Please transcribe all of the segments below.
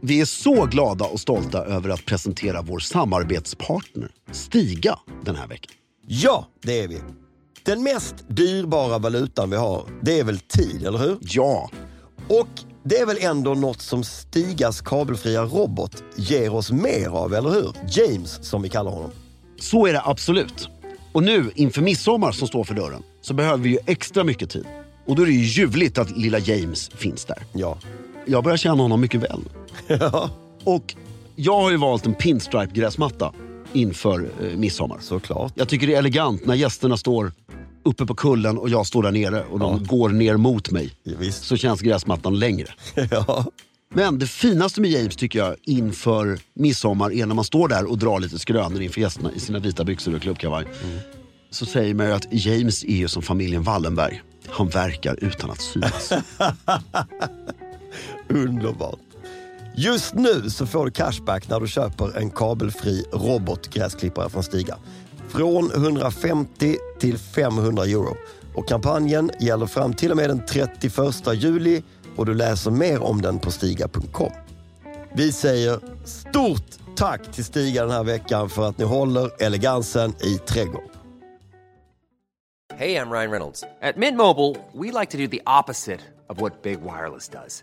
Vi är så glada och stolta över att presentera vår samarbetspartner Stiga den här veckan. Ja, det är vi. Den mest dyrbara valutan vi har, det är väl tid, eller hur? Ja, Och det är väl ändå något som Stigas kabelfria robot ger oss mer av, eller hur? James, som vi kallar honom. så är det absolut. Och nu inför midsommar som står för dörren så behöver vi ju extra mycket tid. Och då är det ju ljuvligt att lilla James finns där. Ja. Jag börjar känna honom mycket väl. Och jag har ju valt en pinstripe-gräsmatta inför eh, midsommar. Såklart. Jag tycker det är elegant när gästerna står uppe på kullen och jag står där nere och de går ner mot mig. Ja, visst. Så känns gräsmattan längre. Ja. Men det finaste med James tycker jag inför midsommar är när man står där och drar lite skrönor inför gästerna i sina vita byxor och klubbkavaj. Så säger man ju att James är ju som familjen Wallenberg. Han verkar utan att synas. Underbart. Just nu så får du cashback när du köper en kabelfri robotgräsklippare från Stiga. Från 150 till 500 euro. Och kampanjen gäller fram till och med den 31 juli och du läser mer om den på stiga.com. Vi säger stort tack till Stiga den här veckan för att ni håller elegansen i trädgården. Hey, I'm Ryan Reynolds. At Mint Mobile, we like to do the opposite of what Big Wireless does.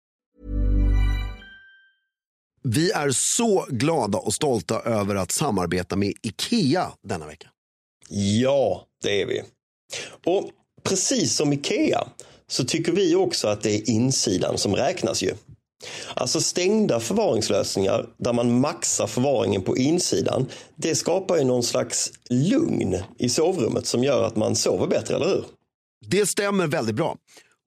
Vi är så glada och stolta över att samarbeta med IKEA denna vecka. Ja, det är vi. Och precis som Ikea så tycker vi också att det är insidan som räknas ju. Alltså stängda förvaringslösningar där man maxar förvaringen på insidan. Det skapar ju någon slags lugn i sovrummet som gör att man sover bättre, eller hur? Det stämmer väldigt bra.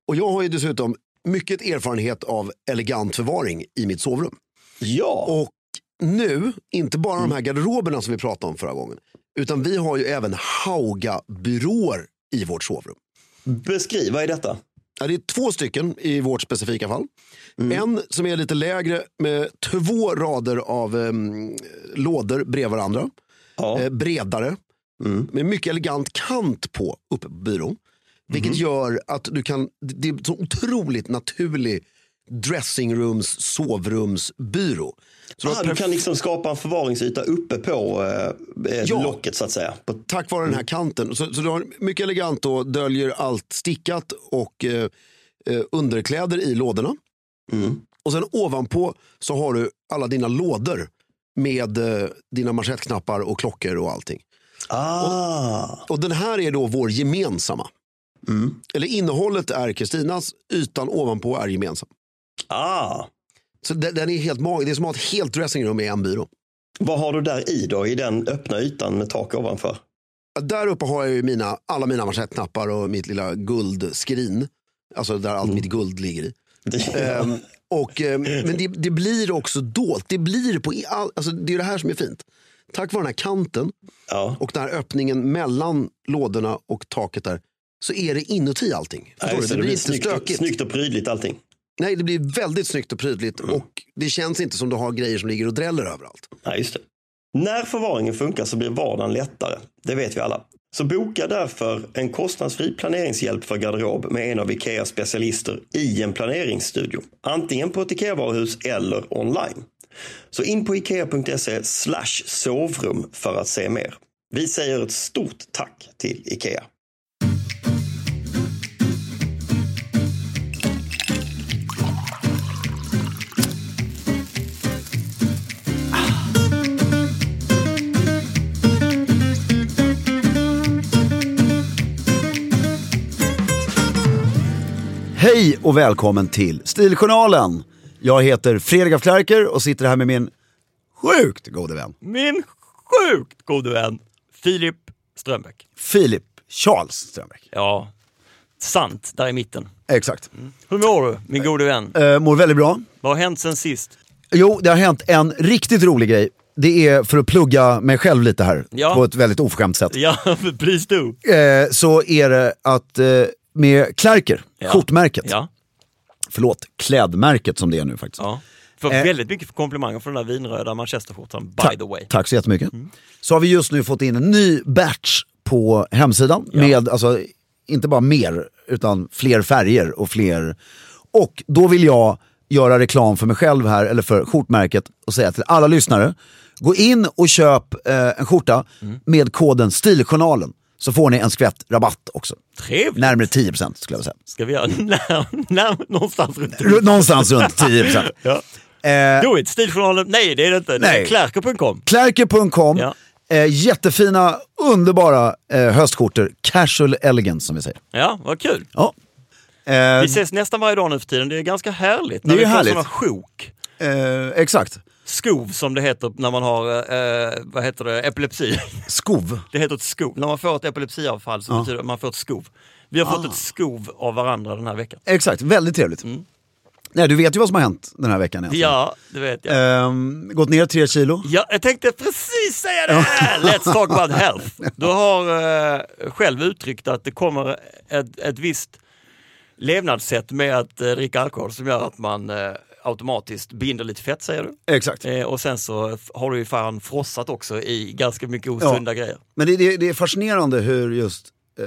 Och jag har ju dessutom mycket erfarenhet av elegant förvaring i mitt sovrum. Ja, Och nu, inte bara de här garderoberna som vi pratade om förra gången, utan vi har ju även Hauga-byråer i vårt sovrum. beskriv, vad är detta? Ja, det är två stycken i vårt specifika fall. Mm. En som är lite lägre med två rader av em, lådor bredvid varandra. Ja. Mm. Eh, bredare. Med mycket elegant kant på uppe på byrån. Vilket Mm-hmm. gör att du kan, det det är en så otroligt naturlig dressingrooms, sovrumsbyrå. Så du Ah, har du perf- kan liksom skapa en förvaringsyta uppe på eh, eh, Ja. locket så att säga. På, tack vare den här kanten. Så, så du har mycket elegant och döljer allt stickat och eh, eh, underkläder i lådorna. Och sen ovanpå så har du alla dina lådor med eh, dina manschettknappar och klockor och allting. ah, Och den här är då vår gemensamma. Eller innehållet är Kristinas, ytan ovanpå är gemensam. ah. Så den, den är helt magisk. Det är som att ha ett helt dressingrum i en byrå. Vad har du där i då, i den öppna ytan med tak ovanför? Där uppe har jag ju mina, alla mina manschettknappar och mitt lilla guldskrin. Alltså där allt mitt guld ligger i. Ehm, och, ehm, men det, det blir också dolt. Det blir på i all, alltså det är det här som är fint. Tack vare den här kanten ja. och den här öppningen mellan lådorna och taket där så är det inuti allting. Förstår Nej, du? så Det, blir inte snyggt, och, stökigt. snyggt och prydligt allting. Nej, det blir väldigt snyggt och prydligt Mm. och det känns inte som du har grejer som ligger och dräller överallt. Ja, just det. När förvaringen funkar så blir vardagen lättare. Det vet vi alla. Så boka därför en kostnadsfri planeringshjälp för garderob med en av Ikeas specialister i en planeringsstudio. Antingen på ett Ikea-varuhus eller online. Så in på ikea.se slash sovrum för att se mer. Vi säger ett stort tack till Ikea. Hej och välkommen till Stiljournalen. Jag heter Fredrik af Klerker och sitter här med min sjukt gode vän min sjukt gode vän Filip Strömbäck. Filip Charles Strömbäck. Ja, sant där i mitten. Exakt. Hur mår du min gode vän? Eh, mår väldigt bra. Vad har hänt sen sist? Jo, det har hänt en riktigt rolig grej det är för att plugga mig själv lite här, Ja. på ett väldigt oförskämt sätt. Ja, men please do. Eh, så är det att eh, med Klerker, Ja. skjortmärket, Ja, förlåt, klädmärket som det är nu faktiskt. ja. Får Eh. väldigt mycket komplimanger för den där vinröda manchesterskjortan, by Ta- the way. Tack så jättemycket. Så har vi just nu fått in en ny batch på hemsidan med, alltså, inte bara mer, utan fler färger och fler. Och då vill jag göra reklam för mig själv här, eller för skjortmärket och säga till alla lyssnare, gå in och köp eh, en skjorta med koden STILJOURNALEN så får ni en skvätt rabatt också. Trevligt! Närmare 10% skulle jag säga. Ska vi göra när, när, någonstans runt Ru- Någonstans runt 10%. Ja. Eh, Do it! Stiljournalen, nej det är det inte. Det är Nej. Klerker.com. Klerker.com. Ja. Eh, jättefina, underbara eh, höstskjortor. Casual elegance som vi säger. Ja, vad kul. Ja. Eh, Vi ses nästan varje dag nu för tiden. Det är ganska härligt Det när är vi ju får härligt. såna sjok. eh, exakt. Skov som det heter när man har, eh, vad heter det, epilepsi. Skov. Det heter ett skov. När man får ett epilepsiavfall så betyder det att man får ett skov. Vi har fått ett skov av varandra den här veckan. Exakt, väldigt trevligt. Mm. Nej, du vet ju vad som har hänt den här veckan. egentligen. Ja, det vet jag. Ehm, gått ner tre kilo. Ja, jag tänkte precis säga det här! Let's talk about health. Du har eh, själv uttryckt att det kommer ett, ett visst levnadssätt med att eh, dricka alkohol som gör att man eh, automatiskt binder lite fett säger du. Exakt. Eh, och sen så f- har du ju fan frossat också i ganska mycket osunda Ja. grejer. Men det, det, det är fascinerande hur just eh,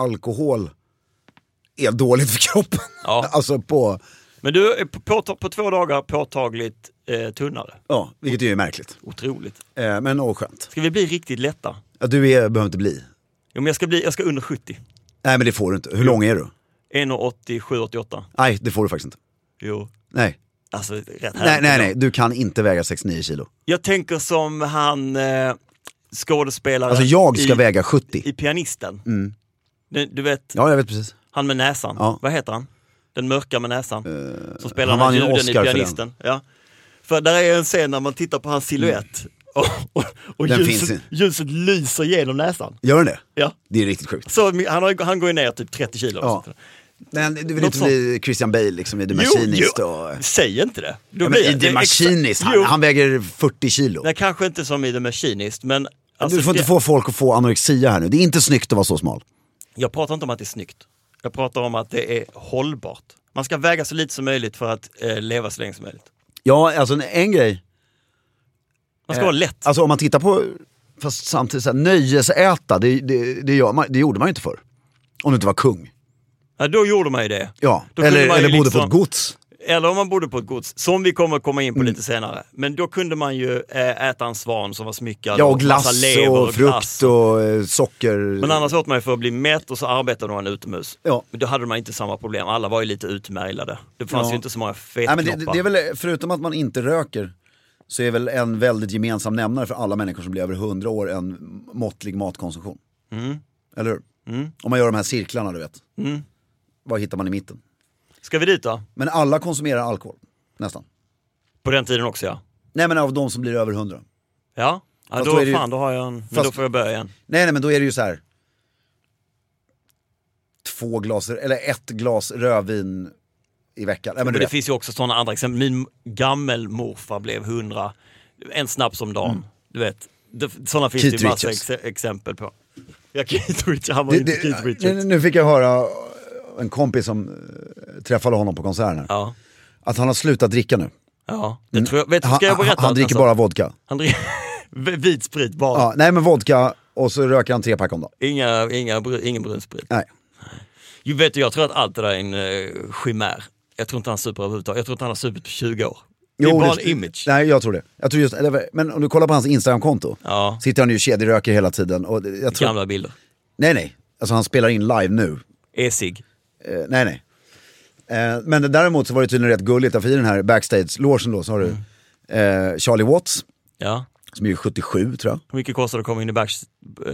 alkohol är dåligt för kroppen. Ja. alltså på, Men du är på, på, på två dagar påtagligt eh, tunnare. ja, vilket ju är märkligt. Otroligt. Eh, men åh skönt. Ska vi bli riktigt lätta? Ja, du är, behöver inte bli. Jo, men jag ska, bli, jag ska under 70. Nej men det får du inte. Mm. Hur lång är du? 1,87, 88. Nej, det får du faktiskt inte. Jo, Nej, alltså rätt nej, härligt. nej, nej. du kan inte väga 69 kilo. Jag tänker som han eh, skådespelaren Alltså jag ska i, väga 70. i Pianisten. Du, du vet, Ja, jag vet precis. han med näsan. Ja. Eh, Vad heter han? Den mörka med näsan. som spelar han den här vann ju en juden i Oscar för den. Pianisten. För, ja. för där är en scen när man tittar på hans silhuett och, och, och Mm. Den finns ju. ljuset, ljuset lyser genom näsan. Gör den det? Ja. Det är riktigt sjukt. Så han, har, han går ju ner typ 30 kilo. Ja. Men du vill Något inte bli Christian Bale liksom i The Machinist och... säg inte det. Då Ja, men blir I jag- The det- exakt- Machinist, han, Jo. han väger 40 kilo. Nej, kanske inte som i The Machinist, men alltså, du får inte det, få folk att få anorexia här nu. Det är inte snyggt att vara så smal. jag pratar inte om att det är snyggt. Jag pratar om att det är hållbart. Man ska väga så lite som möjligt för att eh, leva så länge som möjligt. Ja, alltså en, en grej. Man ska vara lätt. Alltså om man tittar på, fast samtidigt så här, nöjesäta, det, det, det, gör man, det gjorde man ju inte förr. Om du inte var kung. Ja, då gjorde man ju det. Ja, Då kunde eller, man ju eller bodde på liksom- ett gods. Mm. Eller om man bodde på ett gods, som vi kommer komma in på lite senare. Men då kunde man ju eh, äta en svan som var smyckad. Ja, och Alltså, massa glass lever och glass. frukt och eh, socker. Men annars åt man ju för att bli mätt och så arbetade man utomhus. Ja. Men då hade man inte samma problem, alla var ju lite utmärglade. Det fanns Ja. ju inte så många Nej, fettknoppar. men det, det är väl, förutom att man inte röker, så är väl en väldigt gemensam nämnare för alla människor som blir över 100 år en måttlig matkonsumtion. Mm. Eller hur? Om man gör de här cirklarna du vet. Vad hittar man i mitten? Ska vi dit då? Men alla konsumerar alkohol, nästan. På den tiden också ja. Nej men av de som blir över 100. Ja, ja Fast då, då är det ju- fan, då har jag en... Men Fast- då får jag börja igen. Nej nej men då är det ju så här. Två glas, eller ett glas rödvin i veckan. Nej, men Men du det vet. finns ju också sådana andra exempel. Min gammelmorfar blev 100, en snaps om dagen. Du vet, Det- sådana finns Mm. Keith det ju massa Richards. ex- exempel på. Ja, Keith Richards, han var Det, ju inte Keith det, nu- Richards. nu fick jag höra en kompis som eh, träffade honom på konserten här. Ja, Att han har slutat dricka nu. ja. Det tror jag. Vet, du, Mm. Han, ska jag berätta? alltså? han, han att dricker sa- bara vodka. Han dricker vit sprit bara. Ja, nej men vodka och så röker han tre pack om dagen. Inga, inga, br- ingen brun sprit. Nej. Jo, vet du, jag tror att allt det där är en eh, chimär. Jag tror inte han super överhuvudtaget. Jag tror inte han har supit på 20 år. Det är Jo, bara det- en image. Nej jag tror det. Jag tror just, eller, men om du kollar på hans Instagramkonto. Ja. Sitter han ju och kedjeröker hela tiden. Och det- jag tror, Gamla bilder. nej nej, alltså han spelar in live nu. E-cigg. Eh, nej nej. Eh, men däremot så var det tydligen rätt gulligt, därför i den här backstage-logen då så har du eh, Charlie Watts, Ja. som är 77 tror jag. Hur mycket kostar det att komma in i back... eh,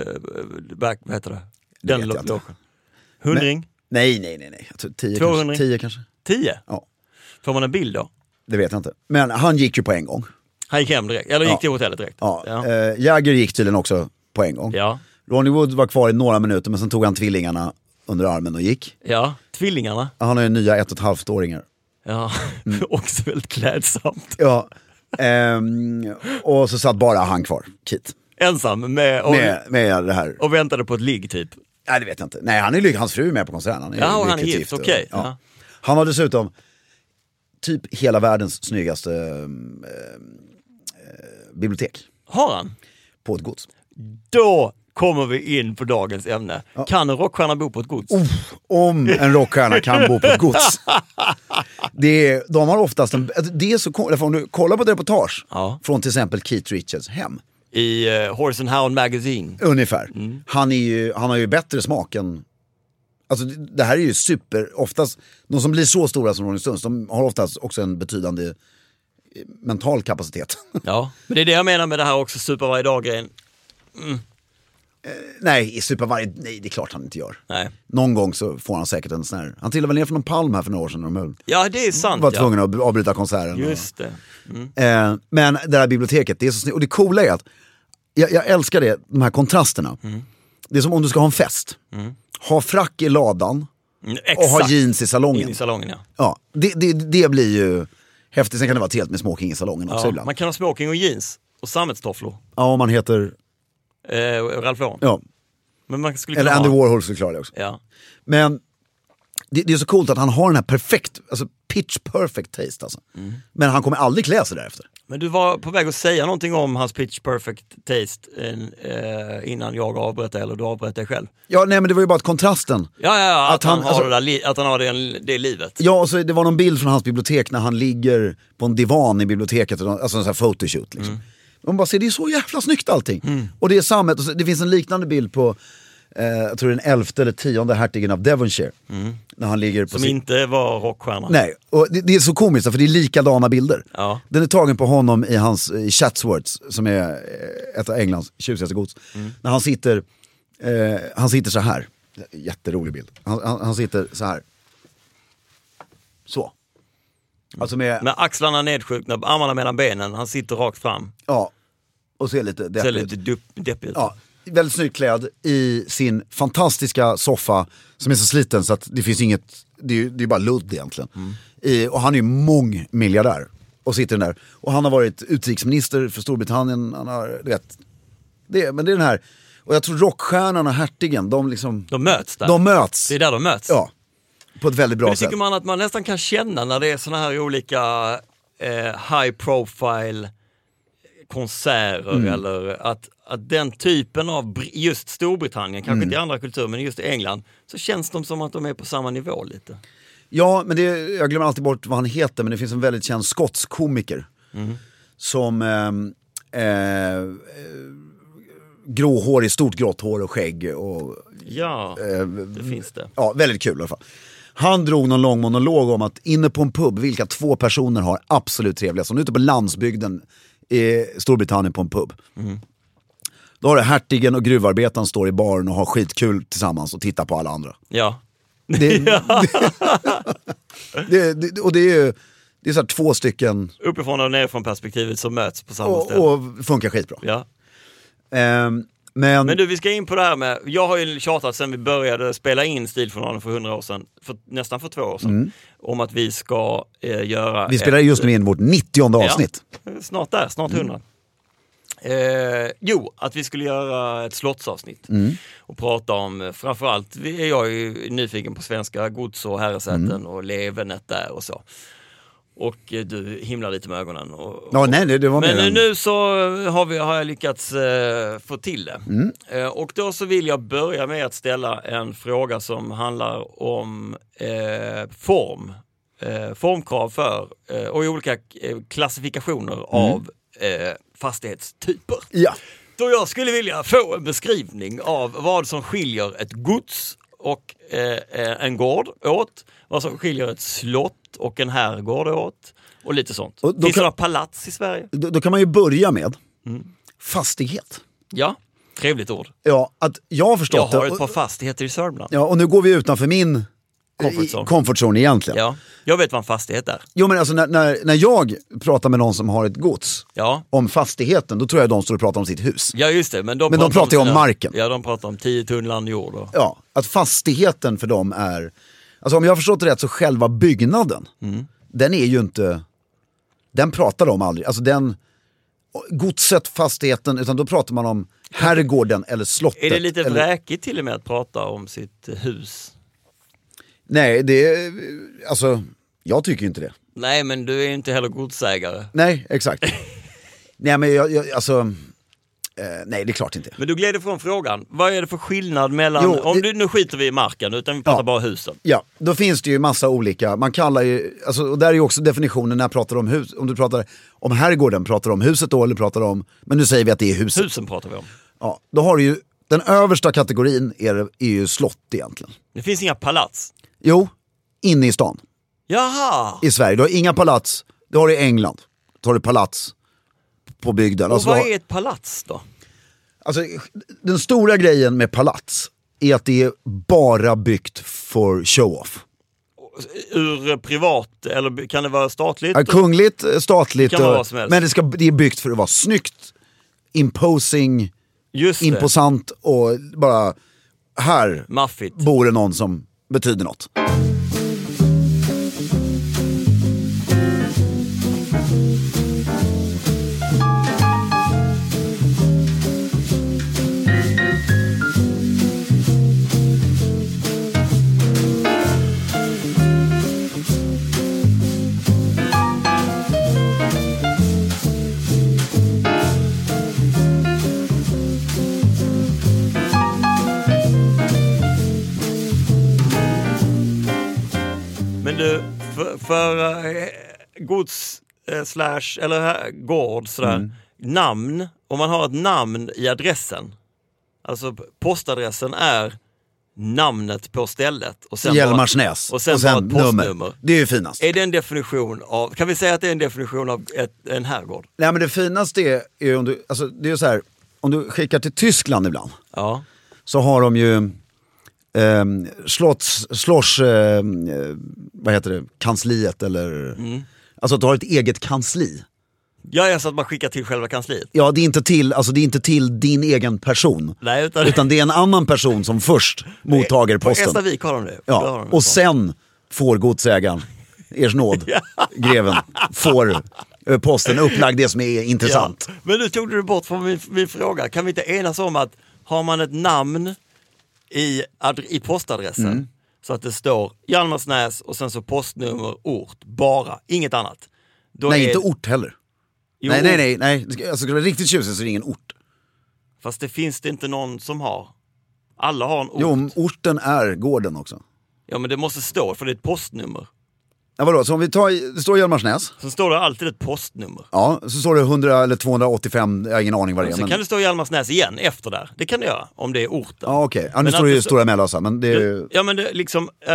back vad heter det? Den vet jag inte. logen. Hundring? Nej nej nej, nej. Jag tror 10 200. kanske. 10 kanske. Tio? Ja, Får man en bild då? det vet jag inte. Men han gick ju på en gång. Han gick hem direkt, eller gick Ja. till hotellet direkt. Ja. Ja. Eh, Jagger gick tydligen också på en gång. ja. Ronnie Wood var kvar i några minuter men sen tog han tvillingarna under armen och gick. ja. Tvillingarna? Han har ju nya ett och ett halvt åringar. Ja. Också väldigt klädsamt. Ja, Ehm, och så satt bara han kvar, Kit. Ensam med, och, Med, med det här. och väntade på ett ligg typ. Nej, det vet jag inte. Nej, han är, lyck- hans fru är med på konserten. Han är Ja, och han är lyckligt gift, och- okej. ja. Ja. Han har dessutom typ hela världens snyggaste ehm, eh, bibliotek Har han? på ett gods. Då kommer vi in på dagens ämne. Kan en rockstjärna bo på ett gods? Oh. Om en rockstjärna kan bo på ett gods. Det är, de har oftast en, alltså, det är så kon- eller om du kollar på ett reportage Ja. från till exempel Keith Richards hem. I eh, Horse and Hound Magazine. Ungefär. Han, är ju, han har ju bättre smak än... Alltså det det här är ju super... Oftast, de som blir så stora som Rolling Stones, de har oftast också en betydande eh, mental kapacitet. Ja. Men det är det jag menar med det här också, super varje dag-grejen. nej, super varje... Nej, det är klart han inte gör. Nej. Någon gång så får han säkert en sån här... Han trillade väl ner från en palm här för några år sedan när de höll- Ja, det är sant. var ja. tvungna att avbryta konserten. och- Just det. Eh, men det här biblioteket, det är så snyggt. Och det coola är att, jag, jag älskar det, de här kontrasterna. Mm. Det är som om du ska ha en fest. Ha frack i ladan Mm, och Exakt. ha jeans i in salongen. i salongen. Ja. Ja, det, det, det blir ju häftigt. Sen kan det vara helt med smoking i salongen också Ja. ibland. Man kan ha smoking och jeans och sammetstofflor. Ja, om man heter... Eh, Ralph Lauren. Ja. Men man skulle kunna Eller Andy ha... Warhol skulle klara det också. Ja. Men det, det är så coolt att han har den här perfekt, alltså pitch perfect taste alltså. Mm. Men han kommer aldrig klä sig därefter. Men du var på väg att säga någonting om hans pitch perfect taste eh, eh, innan jag avbröt dig, eller du avbröt dig själv. Ja, nej men det var ju bara att kontrasten. Ja, ja, ja att, Att han, han- har alltså- det där li- att han har det, det livet. Ja, och så det var någon bild från hans bibliotek när han ligger på en divan i biblioteket, och de- alltså en sån här photoshoot. Liksom. Man bara ser, det är så jävla snyggt allting. Och det är sammet, och så, det finns en liknande bild på, eh, jag tror det är den elfte eller tionde hertigen av Devonshire. När han ligger på Som sin- inte var rockstjärna. Nej, och det, det är så komiskt för det är likadana bilder. Ja. Den är tagen på honom i hans i Chatsworths, som är eh, ett av Englands tjusigaste gods. Mm. När han sitter, eh, han sitter så här. Jätterolig bild. Han, han, han sitter så här. Så. Mm. Alltså med, Med axlarna nedskjutna, armarna mellan benen, han sitter rakt fram. ja. Och ser lite Ser deppig ut. lite dupp- deppig ut. Ja, väldigt snyggt klädd i sin fantastiska soffa som är så sliten så att det finns inget, det är ju det är bara ludd egentligen. I, och han är ju mångmiljardär och sitter den där. Och han har varit utrikesminister för Storbritannien, han har, du vet. Det, men det är den här, och jag tror rockstjärnan och hertigen, de liksom, De möts där. de möts. Det är där de möts. Ja, på ett väldigt bra Men det sätt. tycker man att man nästan kan känna när det är såna här olika eh, high profile konserter Mm. eller att, att den typen av br- just Storbritannien, Mm. kanske inte i andra kulturer men just i England, så känns de som att de är på samma nivå lite. Ja, men det, jag glömmer alltid bort vad han heter, men det finns en väldigt känd skotskomiker. Som ehm, eh, eh, gråhårig, stort grått hår och skägg. Och, Ja, det finns det. Eh, ja, väldigt kul i alla fall. Han drog någon lång monolog om att inne på en pub, vilka två personer har absolut trevligast? Om du är ute på landsbygden i Storbritannien på en pub. Då har du hertigen och gruvarbetaren står i baren och har skitkul tillsammans och tittar på alla andra. Ja. Det, det, det, och det är ju det är så här två stycken Uppifrån och nerifrån perspektivet som möts på samma och, ställe. och funkar skitbra. Ja. Ehm, men, Men du, vi ska in på det här med, jag har ju tjatat sedan vi började spela in Stiljournalen för 100 år sedan, för, nästan för två år sedan, om att vi ska eh, göra... Mm. vi spelar Mm. ett- just nu in vårt 90 Ja, avsnitt. Snart där, snart 100. Eh, jo, att vi skulle göra ett slottsavsnitt Mm. och prata om, eh, framförallt vi- är jag ju nyfiken på svenska gods och herresäten Mm. och levernet där och så. Och eh, du himlar lite med ögonen. Och, Ja, nej, det, det var men mer än- nu så har, vi, har jag lyckats eh, få till det. Mm. Eh, och då så vill jag börja med att ställa en fråga som handlar om eh, form. Eh, formkrav för eh, och olika eh, klassifikationer Mm. av eh, fastighetstyper. Ja. Då jag skulle vilja få en beskrivning av vad som skiljer ett gods och eh, eh, en gård åt, vad som skiljer ett slott och en herrgård åt och lite sånt. Och då Finns kan- det några palats i Sverige? Då, då kan man ju börja med Mm. fastighet. Ja, trevligt ord. Ja, att jag har Jag förstått har det. ett par Och, fastigheter i Sörmland. ja, och nu går vi utanför min Comfort zone. i- comfort zone egentligen. Ja, jag vet vad en fastighet är. Jo men alltså när, när, när jag pratar med någon som har ett gods Ja. om fastigheten, då tror jag de står och pratar om sitt hus. Ja just det, men de, Men de pratar ju om sina- marken. Ja, de pratar om 10 tunnland jord. Och, Ja, att fastigheten för dem Mm. är, alltså om jag har förstått det rätt så själva byggnaden, den är ju inte, den pratar de aldrig. Alltså den, godset, fastigheten, utan då pratar man om herrgården eller slottet. Är det lite eller- vräkigt till och med att prata om sitt hus? Nej, det är, alltså jag tycker ju inte det. Nej, men du är ju inte heller godsägare. Nej, exakt. nej men jag, jag alltså, eh, nej det är klart inte. Men du gled ifrån frågan. Vad är det för skillnad mellan, Jo, om det- du, nu skiter vi i marken utan vi pratar Ja. bara husen. Ja, då finns det ju massa olika. Man kallar ju, alltså, och där är ju också definitionen när jag pratar om hus. Om du pratar om herrgården, pratar du om huset då eller pratar du om, men nu säger vi att det är huset. Husen pratar vi om. Ja, då har du ju, den översta kategorin är, är ju slott egentligen. Det finns inga palats. Jo, inne i stan. Jaha! I Sverige, du har inga palats. Det har du i England. Då har du palats på bygden. Och Alltså, vad har- är ett palats då? alltså, den stora grejen med palats är att det är bara byggt för show-off. Ur eh, privat, eller kan det vara statligt? Ja, kungligt, eh, statligt, Kan vara och- vad som helst. men det, ska, det är byggt för att vara snyggt, imposing, Just det, imposant och bara här maffigt. bor det någon som betyder något. Men du, för, för eh, gods eh, slash, eller här, gård sådär, namn, om man har ett namn i adressen, alltså p- postadressen är namnet på stället. Och sen Hjälmarsnäs Bara, och sen, bara ett postnummer. Det är ju finast. Är det en definition av, kan vi säga att det är en definition av ett, en herrgård? Nej men det finaste är ju om du, alltså, det är ju så här, om du skickar till Tyskland ibland Ja. så har de ju ehm, slotts, slors, ehm, eh, vad heter det, kansliet eller, Mm. alltså att du har ett eget kansli. Ja, ja, så att man skickar till själva kansliet. Ja, det är inte till, alltså, det är inte till din egen person. Nej, utan- utan det är en annan person som först mottager På posten. Ästavik har de det. Det har Ja, de och sen får godsägaren, ers nåd, greven, får eh, posten upplagd det som är intressant. Ja. Men nu tog du bort från min, min fråga. Kan vi inte enas om att har man ett namn i, ad, i postadressen Mm. så att det står Hjalmarsnäs och sen så postnummer, ort, bara, inget annat. Då Nej, är- inte ort heller. Jo, Nej, nej, nej. nej. Det ska- Alltså, ska det vara riktigt tjusigt så är det ingen ort. Fast det finns det inte någon som har. Alla har en ort. Jo, om orten är gården också. Ja, men det måste stå för det är ett postnummer. Ja, vadå, så om vi tar, i- det står Hjalmarsnäs. Sen står det alltid ett postnummer. Ja, så står det 100 eller 285, jag har ingen aning vad det är. Sen Men, kan det stå Hjalmarsnäs igen efter där. Det kan det göra om det är orten. ja, okej. Ja, nu Men står det att ju det- Stora Mellösa, men det är ju... Ja men det, liksom, eh,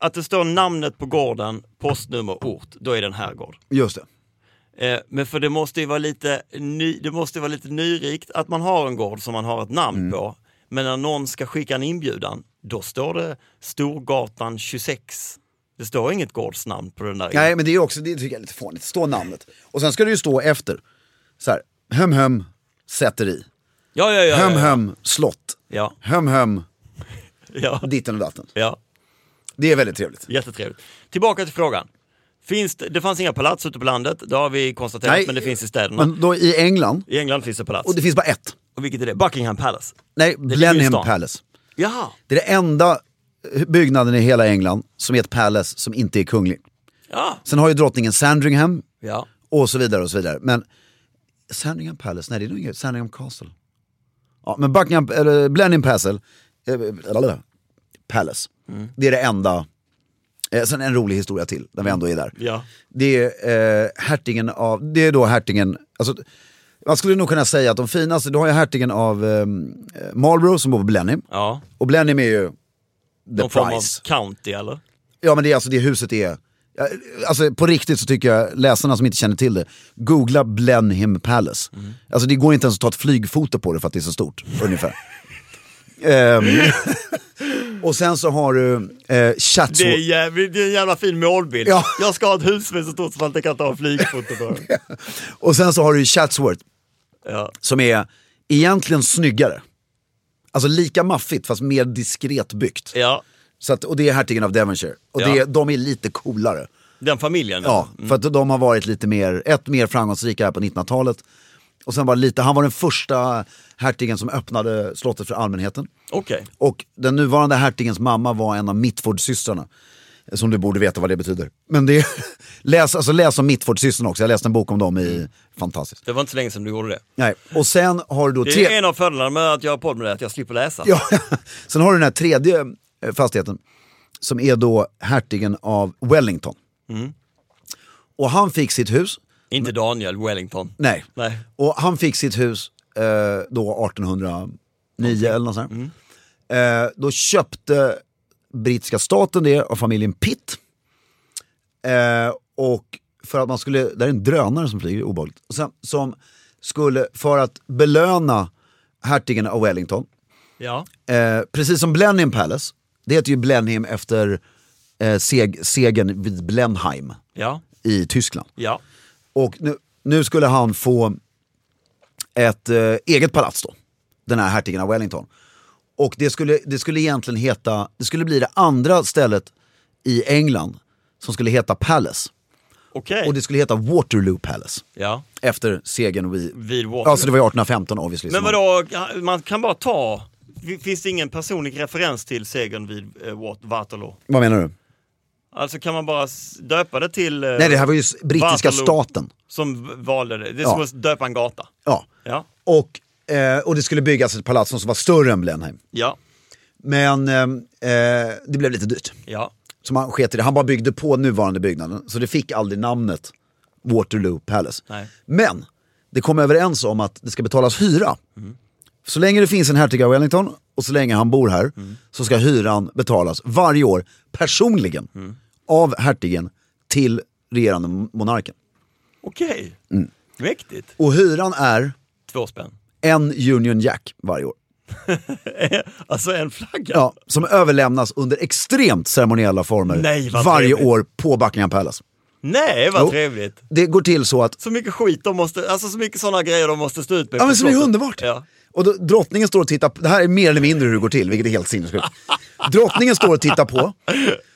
att det står namnet på gården, postnummer, ort, då är det en herrgård. Just det. Eh, men för det måste ju vara lite, ny, det måste vara lite nyrikt att man har en gård som man har ett namn Mm. på. Men när någon ska skicka en inbjudan, då står det Storgatan 26. Det står inget gårdsnamn på den där. Nej, men det är också, det tycker jag är lite fånigt. Stå namnet. Och sen ska det ju stå efter. Så här, höm höm, sätteri. ja, ja, ja, Höm ja, ja. höm, slott. Ja, Höm höm, ja, ditten och datten. ja, Det är väldigt trevligt. jättetrevligt. Tillbaka till frågan. Finns det, det fanns inga palats ute på landet, det har vi konstaterat, men det finns i städerna. Men då i England, I England finns det palats. och det finns bara ett. Och vilket är det? Buckingham Palace. Nej, ligger ju i Blenheim stan. Palace. Jaha. Det är det enda eh, byggnaden i hela England som är ett palace som inte är kunglig. Ja. Sen har ju drottningen Sandringham ja. och så vidare och så vidare. Men Sandringham Palace, nej det är nog inget, Sandringham Castle. Ja, men Buckingham, eller Blenheim Castle, eh, eh, Palace, Mm. det är det enda. Eh, sen en rolig historia till, när vi ändå är där. Ja. Det är eh, hertigen av, det är då hertigen, alltså, man skulle nog kunna säga att de finaste, du har ju hertigen av eh, Marlborough som bor på Blenheim. Ja. Och Blenheim är ju the Någon form av prize. county eller? Ja men det är alltså det huset är. Ja, Alltså på riktigt så tycker jag läsarna som inte känner till det, googla Blenheim Palace. Mm. Alltså det går inte ens att ta ett flygfoto på det för att det är så stort, ungefär. Ehm, och sen så har du eh, Det är, Chatsworth. jävligt, det är en jävla fin målbild. Ja. Jag ska ha ett hus som är så stort som att jag kan ta en flygfoto på det. Och sen så har du Chatsworth Ja. som är egentligen snyggare. Alltså lika maffigt fast mer diskret byggt. Ja. Så att, och det är hertigen av Devonshire. Och Ja. det, de är lite coolare. Den familjen? Ja, för att de har varit lite mer, ett mer framgångsrika här på 1900-talet. Och sen var det lite, han var den första hertigen som öppnade slottet för allmänheten. Okej. Och den nuvarande hertigens mamma var en av Mitfordsystrarna. Som du borde veta vad det betyder. Men det, läs, alltså läs om Mitfordsystrarna också, jag läste en bok om dem Mm. i, fantastiskt. Det var inte så länge sedan du gjorde det. Nej. Och sen har du då Det är tre... en av fördelarna med att göra podd med dig, att jag slipper läsa. Ja. Sen har du den här tredje eh, fastigheten som är då hertigen av Wellington. Mm. Och han fick sitt hus, Inte Daniel Wellington. nej, Nej. och han fick sitt hus eh, då 1809 eller något sånt. här. Eh, då köpte brittiska staten det av familjen Pitt. Eh, och för att man skulle, det här är en drönare som flyger, obehagligt. Och sen, som skulle, för att belöna hertigen av Wellington, Ja. Eh, precis som Blenheim Palace, det heter ju Blenheim efter eh, seg, segern vid Blenheim Ja. i Tyskland. Ja. Och nu, nu skulle han få ett eh, eget palats då, den här hertigen av Wellington. Och det skulle, det skulle egentligen heta, det skulle bli det andra stället i England som skulle heta Palace. Okej. Och det skulle heta Waterloo Palace. Ja. Efter segern vid... Vid Waterloo. Ja, så det var ju 1815 obviously. Men som- vadå, man kan bara ta... Finns det ingen personlig referens till segern vid eh, Wat- Waterloo? Vad menar du? Alltså kan man bara s- döpa det till... eh, Nej, det här var ju s- brittiska Waterloo staten. Som v- valde det. Det är Ja. som att döpa en gata. Ja. Ja. Och, eh, och det skulle byggas ett palats som var större än Blenheim. Ja. Men eh, eh, det blev lite dyrt. Ja. Så man sket i det. Han bara byggde på nuvarande byggnaden. Så det fick aldrig namnet Waterloo Palace. Nej. Men det kom överens om att det ska betalas hyra. Så länge det finns en hertig av Wellington och så länge han bor här så ska hyran betalas varje år personligen av hertigen till regerande monarken. Okej. Mm. Mäktigt. Och hyran är Två spänn. en Union Jack varje år. Alltså en flagga. Ja, som överlämnas under extremt ceremoniella former Nej, vad varje trevligt. år på Buckingham Palace. Nej, vad Jo. trevligt. Det går till så att, Så mycket skit de måste, alltså så mycket sådana grejer de måste stå ut med. ja på men så det är slottet. underbart. Ja. Och då, drottningen står och tittar, på- det här är mer eller mindre hur det går till, vilket är helt sinnessjukt. Drottningen står och tittar på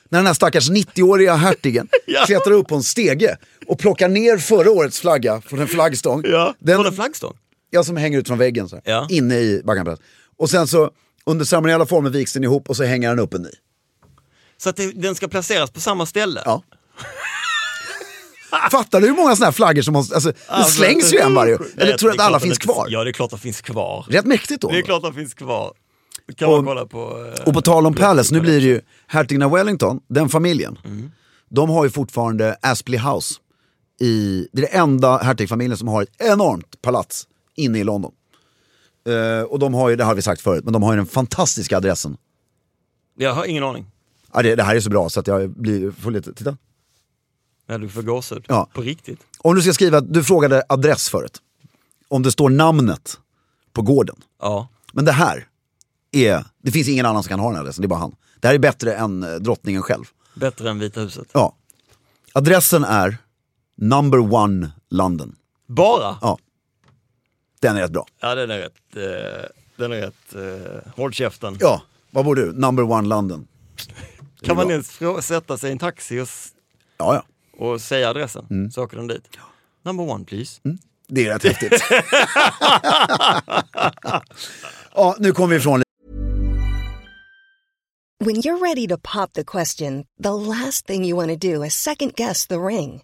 när den här stackars 90-åriga hertigen Ja. klättrar upp på en stege och plockar ner förra årets flagga från en flaggstång. Ja, Den- från en flaggstång. Ja, som hänger ut från väggen så här, Ja. inne i Buckingham Palace. Och sen så, under ceremoniella former viks den ihop och så hänger den upp en ny. Så att det, den ska placeras på samma ställe. Ja. Fattar du hur många sådana här flaggor som måste, alltså, det Alltså, slängs ju en varje år. Nej, Eller tror du det att är alla klart finns inte- kvar? Ja, det är klart att finns kvar. Rätt mäktigt då. Det är klart att finns kvar. Det kan man Och- kolla på... eh, Och på tal om Palace, nu blir det ju hertigen av Wellington, den familjen. De har ju fortfarande Aspley House. I, det är det enda hertigfamiljen som har ett enormt palats inne i London. Eh, och de har ju, det har vi sagt förut, men de har ju den fantastiska adressen. Jag har ingen aning. Ja, det, det här är så bra så att jag blir, får lite, titta. Nej, du får gåshud. Ja. På riktigt. Om du ska skriva, du frågade adress förut. Om det står namnet på gården. Ja. Men det här är, det finns ingen annan som kan ha den här adressen, det är bara han. Det här är bättre än eh, drottningen själv. Bättre än Vita huset. Ja. Adressen är number one London. Bara? Ja. Den är rätt bra. Ja, den är rätt... Eh, den är rätt... Eh, håll käften. Ja, vad bor du? Number one London. kan man bra. ens frå- sätta sig i en taxi och, s- Ja, ja. och säga adressen? Mm. Så åker den dit. Number one please. Det är rätt häftigt. ja, nu kommer vi ifrån When you're ready to pop the question, the last thing you want to do is second guess the ring.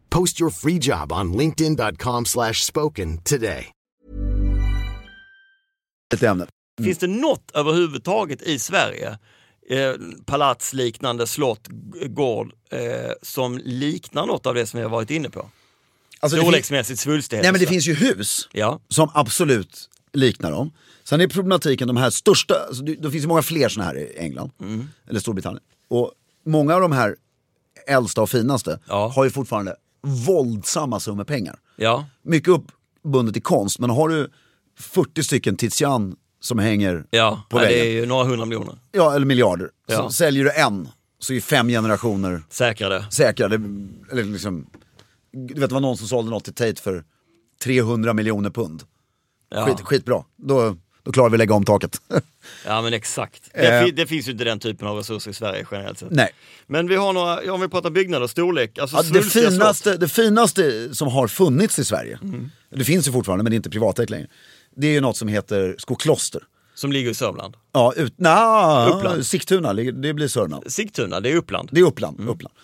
Post your free job on linkedin.com/spoken slash spoken today. ett ämne. Finns det något överhuvudtaget i Sverige, eh, palatsliknande slott, g- gård, eh, som liknar något av det som vi har varit inne på? Alltså, det finns, Storleksmässigt svulstighet. nej men det och så. finns ju hus Ja. som absolut liknar dem. Sen är problematiken de här största, alltså, det, det finns ju många fler sådana här i England, Mm. eller Storbritannien. Och många av de här äldsta och finaste Ja. har ju fortfarande våldsamma summor pengar. Ja. Mycket uppbundet i konst, men har du 40 stycken Tizian som hänger Ja, på ja, det väggen, är ju några hundra miljoner. ja, eller miljarder, Ja. så säljer du en så är fem generationer Säkrade. säkrade, eller liksom, du vet det var någon som sålde något till Tate för 300 miljoner pund. Ja. Skit, skitbra, då, då klarar vi att lägga om taket. Ja men exakt. Det, Eh. fi- det finns ju inte den typen av resurser i Sverige generellt sett. Nej. Men vi har några, ja, om vi pratar byggnader, storlek, alltså Ja, det, svulstiga slott. finaste, det finaste som har funnits i Sverige, Mm. det finns ju fortfarande men det är inte privatägt längre, det är ju något som heter Skokloster. som ligger i Sörmland. Ja, ut, na, Uppland. Mm. Sigtuna, ligger- det blir Sörmland. Sigtuna, det är Uppland. Det är Uppland. Uppland.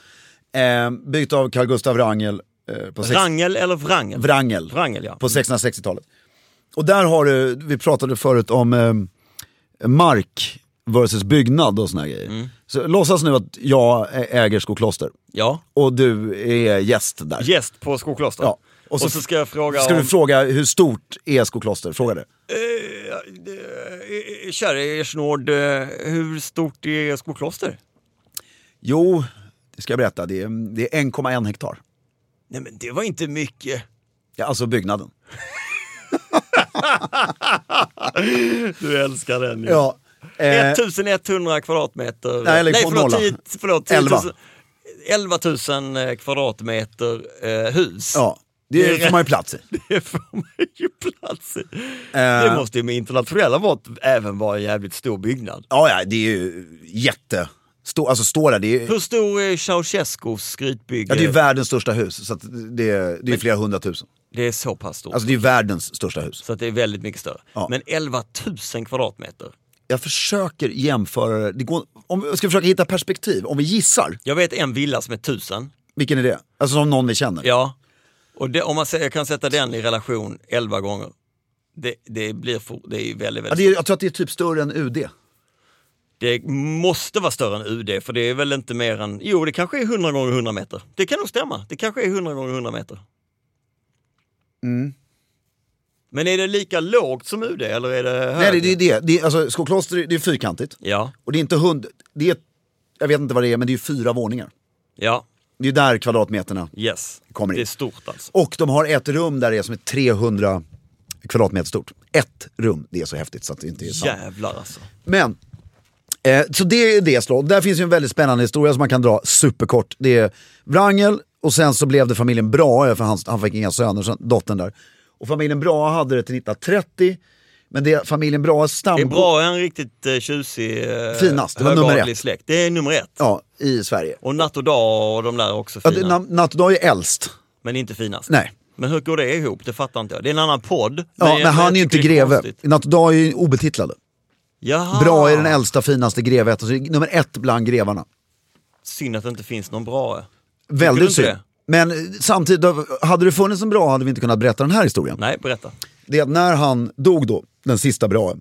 Eh, byggt av Carl Gustav Wrangel. Eh, på sex- Wrangel eller Wrangel? Wrangel. Wrangel, ja. På 1660-talet. Och där har du, vi pratade förut om eh, mark versus byggnad och såna här grejer. Mm. Så låtsas nu att jag ä- äger Skokloster Ja, och du är gäst där. gäst på Skokloster. Ja. Och, så, ska jag fråga Ska om... du fråga hur stort är Skokloster? Fråga det. Eh, Kära Ersnord, eh, hur stort är Skokloster? Jo, det ska jag berätta. Det är, det är 1,1 hektar. Nej men det var inte mycket. Ja, alltså byggnaden. Du älskar den ju. Ja. Eh, 1100 kvadratmeter. Nej, eller på förlåt, nollan. 10, förlåt 10 Elva. 000, 11 000 eh, kvadratmeter eh, hus. ja, det får man ju plats i. Det får man ju plats i. Eh. Det måste ju med internationella mått även vara en jävligt stor byggnad. Ja, ja, det är ju jätte... Stå, alltså står där, det är, Hur stor är Ceausescus skrytbygge? ja, det är världens största hus. Så att det, är- det är flera hundratusen. Det är så pass stort. Alltså det är världens största hus. så att det är väldigt mycket större. Ja. Men 11 000 kvadratmeter. Jag försöker jämföra det. det. Går, om, jag ska försöka hitta perspektiv. Om vi gissar, Jag vet en villa som är 1000. vilken är det? Alltså som någon vi känner. Ja. Och det, om man säger, jag kan sätta den i relation 11 gånger. Det, det blir för, det är väldigt, Ja, väldigt det är, jag tror att det är typ större än UD. Det måste vara större än UD för det är väl inte mer än, jo det kanske är 100 gånger 100 meter. Det kan nog stämma, det kanske är 100 gånger 100 meter. Mm. Men är det lika lågt som UD eller är det högre? Nej, det, det är det. det är, alltså, Skokloster det är fyrkantigt. Ja, Och det är inte hund... Det är, jag vet inte vad det är, men det är fyra våningar. ja, Det är där kvadratmeterna yes. Kommer det är in. stort alltså. Och de har ett rum där det är som är 300 kvadratmeter stort. Ett rum, det är så häftigt så att det inte är sant. Jävlar alltså. Men, eh, så det är det slott. Där finns ju en väldigt spännande historia som man kan dra superkort. Det är Wrangel och sen så blev det familjen Brahe för han, han fick inga söner, så dottern där. Och familjen Brahe hade det till 1930. Men det familjen Brahes Det är stamgård bra, en riktigt eh, tjusig, eh, Finast, det var nummer högadlig ett. släkt. Det är nummer ett. ja, i Sverige. Och Natt och Dag och de där är också Ja, fina. det- na- Natt och dag är äldst. Men inte finast. Nej. Men hur går det ihop? Det fattar inte jag. Det är en annan podd. Ja, men, jag- han jag är ju inte tycker det greve. konstigt. Ah. Natt och dag är ju obetitlade. Jaha. Brahe är den äldsta, finaste greveätten, så det är nummer ett bland grevarna. Synd att det inte finns någon bra. Väldigt Tycker synd. du inte Men eh, samtidigt, hade det funnits en bra hade vi inte kunnat berätta den här historien. Nej, berätta. Det är att när han dog då, den sista bra,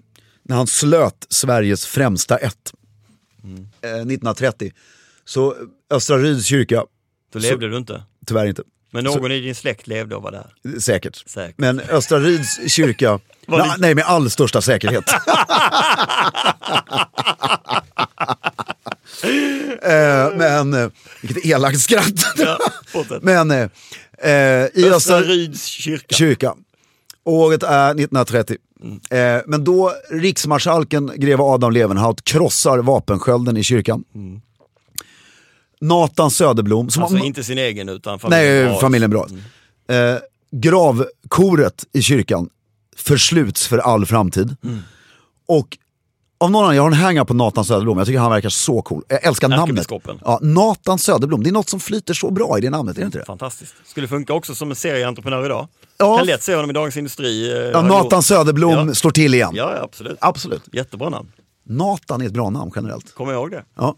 när han slöt Sveriges främsta ett Mm. eh, 1930, så eh, Östra Ryds kyrka, Då levde du inte. tyvärr inte, Men någon i din släkt levde och var där. eh, säkert, Säkert. men Östra Ryds kyrka, Var na, det- nej med all största säkerhet. eh, men, eh, vilket elakt skratt. Ja, fortsätt. men, eh, eh, i Östra Östra Ryds kyrka. kyrka. Året är 1930. Mm. Eh, men då riksmarskalken greve Adam Levenhaut krossar vapenskölden i kyrkan. Nathan Söderblom, som Mm. Alltså har- inte sin egen utan nej, Brahe. familjen Brahe. Mm. Eh, gravkoret i kyrkan försluts för all framtid. Mm. Och av någon anledning, jag har en hang på Nathan Söderblom, jag tycker han verkar så cool. Jag älskar namnet. Ärkebiskopen. Ja, Nathan Söderblom, det är något som flyter så bra i det namnet, är det inte det? Fantastiskt. Skulle funka också som en serieentreprenör idag. Ja. Kan lätt se honom i Dagens Industri. eh, Ja, har Nathan gjort. Söderblom Ja. slår till igen. Ja, ja, absolut. Absolut. Jättebra namn. Nathan är ett bra namn generellt. Kom ihåg det. Ja.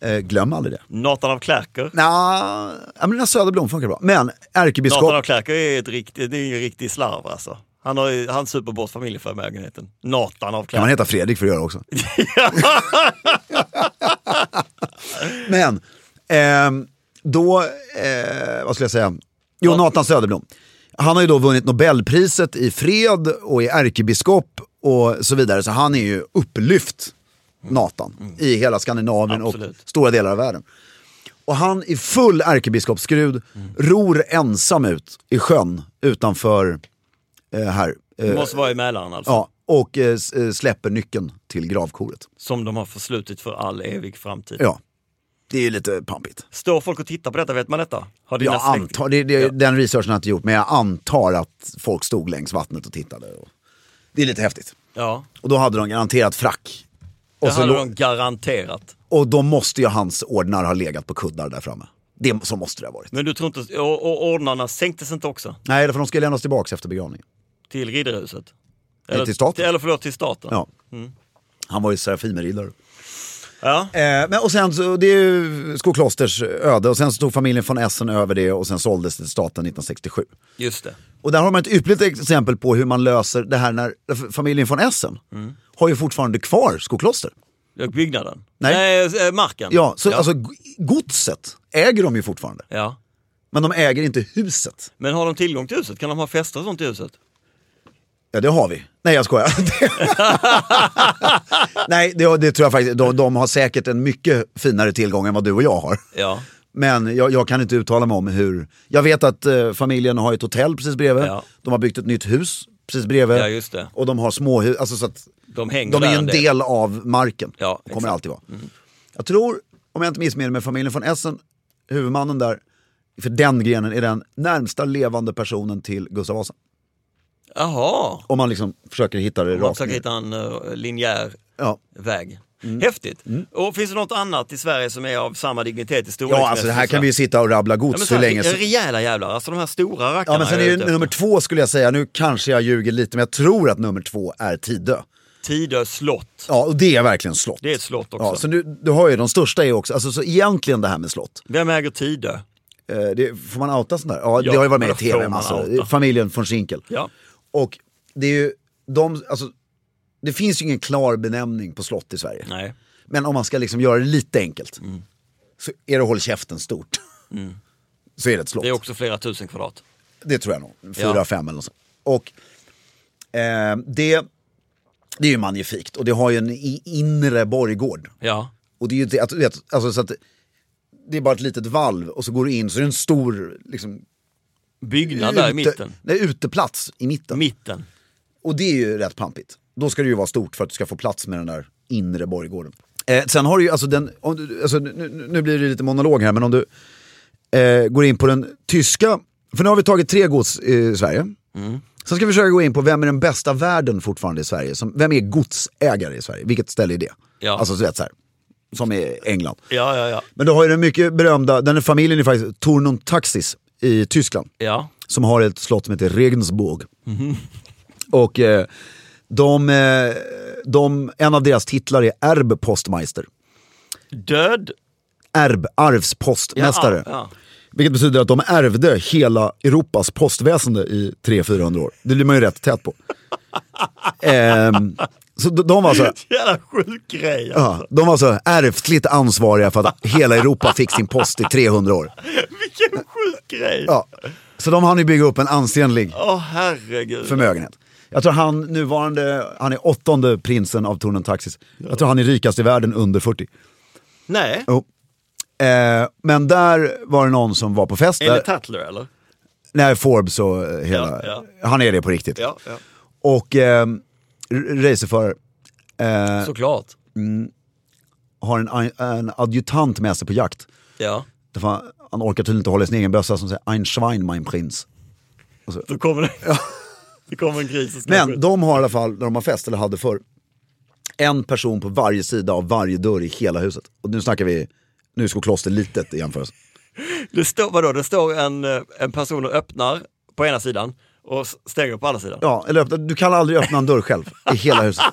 Eh, glöm aldrig det. Nathan av Klerker. Nja, ja, men den här Söderblom funkar bra. Men Nathan av ärkebiskop, Klerker är, ett rikt, det är ju riktig slarv alltså. Han, har, ju- han super bort familjeförmögenheten. Natan av Kan man kläder. heta Fredrik för att göra också. Men, ehm, då, eh, vad skulle jag säga? Jo, Nathan Söderblom. Han har ju då vunnit Nobelpriset i fred och är ärkebiskop och så vidare. Så han är ju upplyft, Nathan, i hela Skandinavien Absolut. och stora delar av världen. Och han i full ärkebiskopsskrud ror ensam ut i sjön utanför eh, här. Eh, Måste vara i Mälaren alltså. ja, och eh, s- eh, släpper nyckeln till gravkoret. Som de har förslutit för all evig framtid. Ja, det är ju lite pampigt. Står folk och tittar på detta? Vet man detta? Har dina Jag släkt- antar, det, det, Ja. Den researchen har jag inte gjort, men jag antar att folk stod längs vattnet och tittade. Och, det är lite häftigt. Ja, Och då hade de garanterat frack. det Och, så, hade lå- de garanterat. och då måste ju hans ordnar ha legat på kuddar där framme. Det, så måste det ha varit. Men du tror inte... Och, och ordnarna sänktes inte också? Nej, för de skulle lämnas tillbaka efter begravningen. Till Riddarhuset? till staten. Eller förlåt, till staten. Ja. Mm. Han var ju Serafimerriddare. Ja. Eh, men, och sen så, det är ju Skoklosters öde och sen så tog familjen von Essen över det och sen såldes det till staten 1967. Just det. Och där har man ett ypperligt exempel på hur man löser det här när f- familjen von Essen har ju fortfarande kvar Skokloster. Ja, Byggnaden? Nej. Nej, eh, marken. Ja, så alltså g- godset äger de ju fortfarande. ja. Men de äger inte huset. Men har de tillgång till huset? Kan de ha fester och sånt i huset? Ja, det har vi. Nej, jag skojar. Nej, det, det tror jag faktiskt. De, de har säkert en mycket finare tillgång än vad du och jag har. Ja. Men jag, jag kan inte uttala mig om hur... Jag vet att eh, familjen har ett hotell precis bredvid. Ja. De har byggt ett nytt hus precis bredvid. Ja, just det. Och de har småhus. Alltså, så att De hänger de är där ju en en del. del av marken. Ja, och kommer exakt. Mm. alltid vara. Jag tror, om jag inte missminner mig, familjen von Essen, huvudmannen där, för den grenen är den närmsta levande personen till Gustav Vasa. Jaha. Om man liksom försöker hitta det Man rakt försöker ner. hitta en eh, linjär Ja. väg. Mm. Häftigt. Och finns det något annat i Sverige som är av samma dignitet i storleksmässigt? ja, alltså det här kan vi ju sitta och rabbla Ja, men gods så här, hur länge som Rejäla jävlar, alltså de här stora rackarna. Ja men sen är jag ju ute efter. nummer två skulle jag säga, nu kanske jag ljuger lite men jag tror att nummer två är Tidö. Tidö slott. Ja och det är verkligen slott. Det är ett slott också. Ja, så nu, du har ju de största är också, alltså så egentligen det här med slott, Vem äger Tidö? eh, det, får man outa sånt där? Ja, Ja, det har ju varit med i då får tv man massor, outa. familjen von Schinkel. Ja. Och det är ju, de, alltså, det finns ju ingen klar benämning på slott i Sverige. Nej. Mm. Men om man ska liksom göra det lite enkelt, så är det håll käften stort. Så är det ett slott. Det är också flera tusen kvadrat. Det tror jag nog. Fyra, Ja. fem eller något sånt. Och eh, det, det är ju magnifikt och det har ju en i- inre borggård. Ja. Och det är ju inte, att, du vet, alltså, så att, det är bara ett litet valv och så går du in så är det en stor liksom, Byggnad där i mitten. Nej, uteplats i mitten. Mitten. Och det är ju rätt pampigt. Då ska det ju vara stort för att du ska få plats med den där inre borggården. Eh, sen har du ju, alltså, den, om du, alltså nu, nu- nu blir det lite monolog här men om du eh, går in på den tyska, för nu har vi tagit tre gods i Sverige. Mm. Sen ska vi försöka gå in på vem är den bästa värden fortfarande i Sverige? Som, vem är godsägare i Sverige? Vilket ställe är det? Ja. Alltså så vet så här, som i England. Ja, ja, ja. Men du har ju den mycket berömda, den här familjen är faktiskt Tornum Taxis i Tyskland Ja. som har ett slott som heter Regensburg. Mhm. Och eh, de, eh, de, en av deras titlar är erbpostmeister. Död. Erb, arvspostmästare. Ja, ja. Vilket betyder att de ärvde hela Europas postväsende i 300-400 år. Det blir man ju rätt tät på. Ehm, så de de var så här, Jävla sjuk grej alltså. ja, de var så här ärftligt ansvariga för att hela Europa fick sin post i 300 år. Vilken sjuk grej. Åh Ja. Så de hann ju bygga upp en ansenlig herregud. förmögenhet. Jag tror han nuvarande, han är åttonde prinsen av Tornen Taxis. Jag tror han är rikast i världen under 40. Nej. Jo. Eh, men där var det någon som var på fest. Är det Där, Tatler eller? nej, Forbes och eh, hela. Ja, Han är det på riktigt. Ja, ja. Och eh, r- racerförare Såklart. har en, a- en adjutant med sig på jakt. Ja. Därför han, han orkar tydligen inte hålla i sin egen bössa som säger Ein Schwein mein Prins. Då kommer det. det kommer en gris och Men de har i alla fall, när de har fest, eller hade förr, en person på varje sida av varje dörr i hela huset. Och nu snackar vi, nu ska kloster litet i jämförelse. Det står, vadå, det står en, eh, en person och öppnar på ena sidan och s- stänger på andra sidan. Ja, eller öppna, du kan aldrig öppna en dörr själv i hela huset.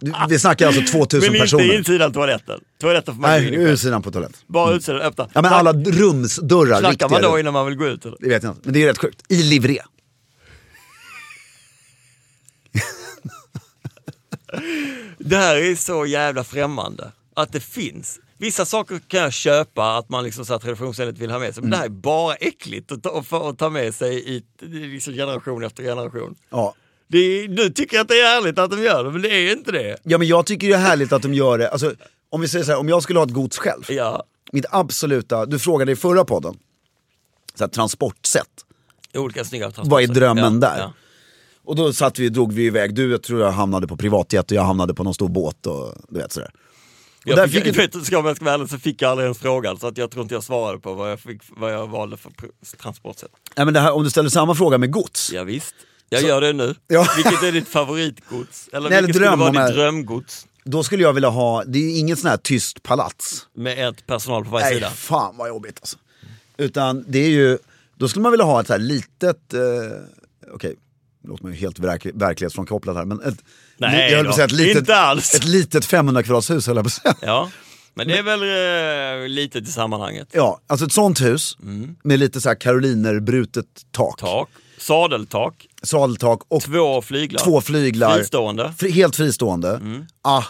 Du, vi snackar alltså 2000 Men inte personer. insidan toaletten. Toaletten får man Nej, inte in i själv. utsidan på toalett. Bara utsidan öppna. Ja men alla rumsdörrar, Knackar riktiga. man då dörrar. innan man vill gå ut? Eller? Det vet jag inte, men det är rätt sjukt. I livré. Det här är så jävla främmande att det finns. Vissa saker kan jag köpa att man liksom så här traditionsenligt vill ha med sig, men det här är bara äckligt att ta, att få- att ta med sig i t- liksom generation efter generation. Ja. Det är, nu tycker jag att det är ärligt att de gör det, men det är inte det. ja, men jag tycker det är härligt att de gör det. Alltså, om vi säger så här, om jag skulle ha ett gods själv. Ja, Mitt absoluta, du frågade i förra podden, så här, transportsätt. olika snygga transporter. Vad är drömmen där? Ja. Och då satt vi, drog vi iväg, du jag tror jag hamnade på privatjet och jag hamnade på någon stor båt och du vet sådär. Och där Jag fick, fick fick, ju- vet, du, ska jag ska vara ärlig så fick jag aldrig ens frågan så att jag tror inte jag svarade på vad jag, fick, vad jag valde för pr- transportsätt. Ja, men det här, om du ställer samma fråga med gods. Ja, visst. jag gör det nu. Ja. Vilket är ditt favoritgods? Eller Nej, vilket eller skulle vara drömmoment. ditt drömgods? Då skulle jag vilja ha, det är ju inget sån här tyst palats. Med ett personal på varje Nej, sida. fan vad jobbigt alltså. Utan det är ju, då skulle man vilja ha ett så här litet, eh, okej, låt mig helt verk, verklighetsfrånkopplad här, men ett, Nej jag höll på att säga ett då, litet, inte alls. ett litet 500 kvadratshus höll jag på att säga. Ja, men det är väl eh, lite i sammanhanget. Ja, alltså ett sånt hus med lite så här karolinerbrutet tak, Mm. Tak, sadeltak, sadeltak och två flyglar. två flyglar. Fristående. Mm. Fri, helt fristående. Ah.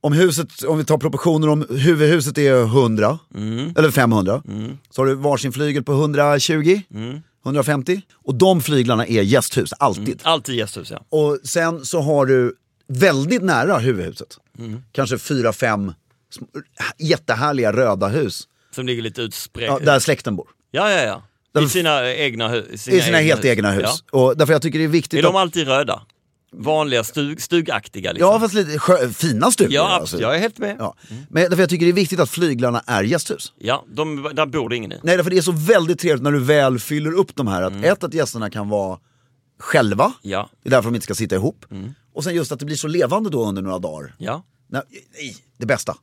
Om, huset, om vi tar proportioner, om huvudhuset är 100, Mm. eller 500, så har du varsin flygel på 120, Mm. 150. Och de flyglarna är gästhus, alltid. Alltid gästhus ja. Och sen så har du väldigt nära huvudhuset, Mm. kanske fyra, fem sm- jättehärliga röda hus, Som ligger lite utspräckt. ja, Ja, där släkten bor. ja, ja. Där- I sina egna hus. I sina helt egna hus. Och därför jag tycker det är viktigt Ja. Är de att... alltid röda? Vanliga stug, stugaktiga liksom? Ja, fast lite sjö, fina stugor. ja, Mm. absolut. jag är helt med. Ja. Ja. Men därför jag tycker det är viktigt att flyglarna är gästhus. de, där bor det ingen i. Nej, därför det är så väldigt trevligt när du väl fyller upp de här. Att ett, att gästerna kan vara själva. Mm. Ja. Mm. Det är därför de inte ska sitta ihop. Och sen just att det blir så levande då under några dagar. Ja, Nej, nej, det bästa.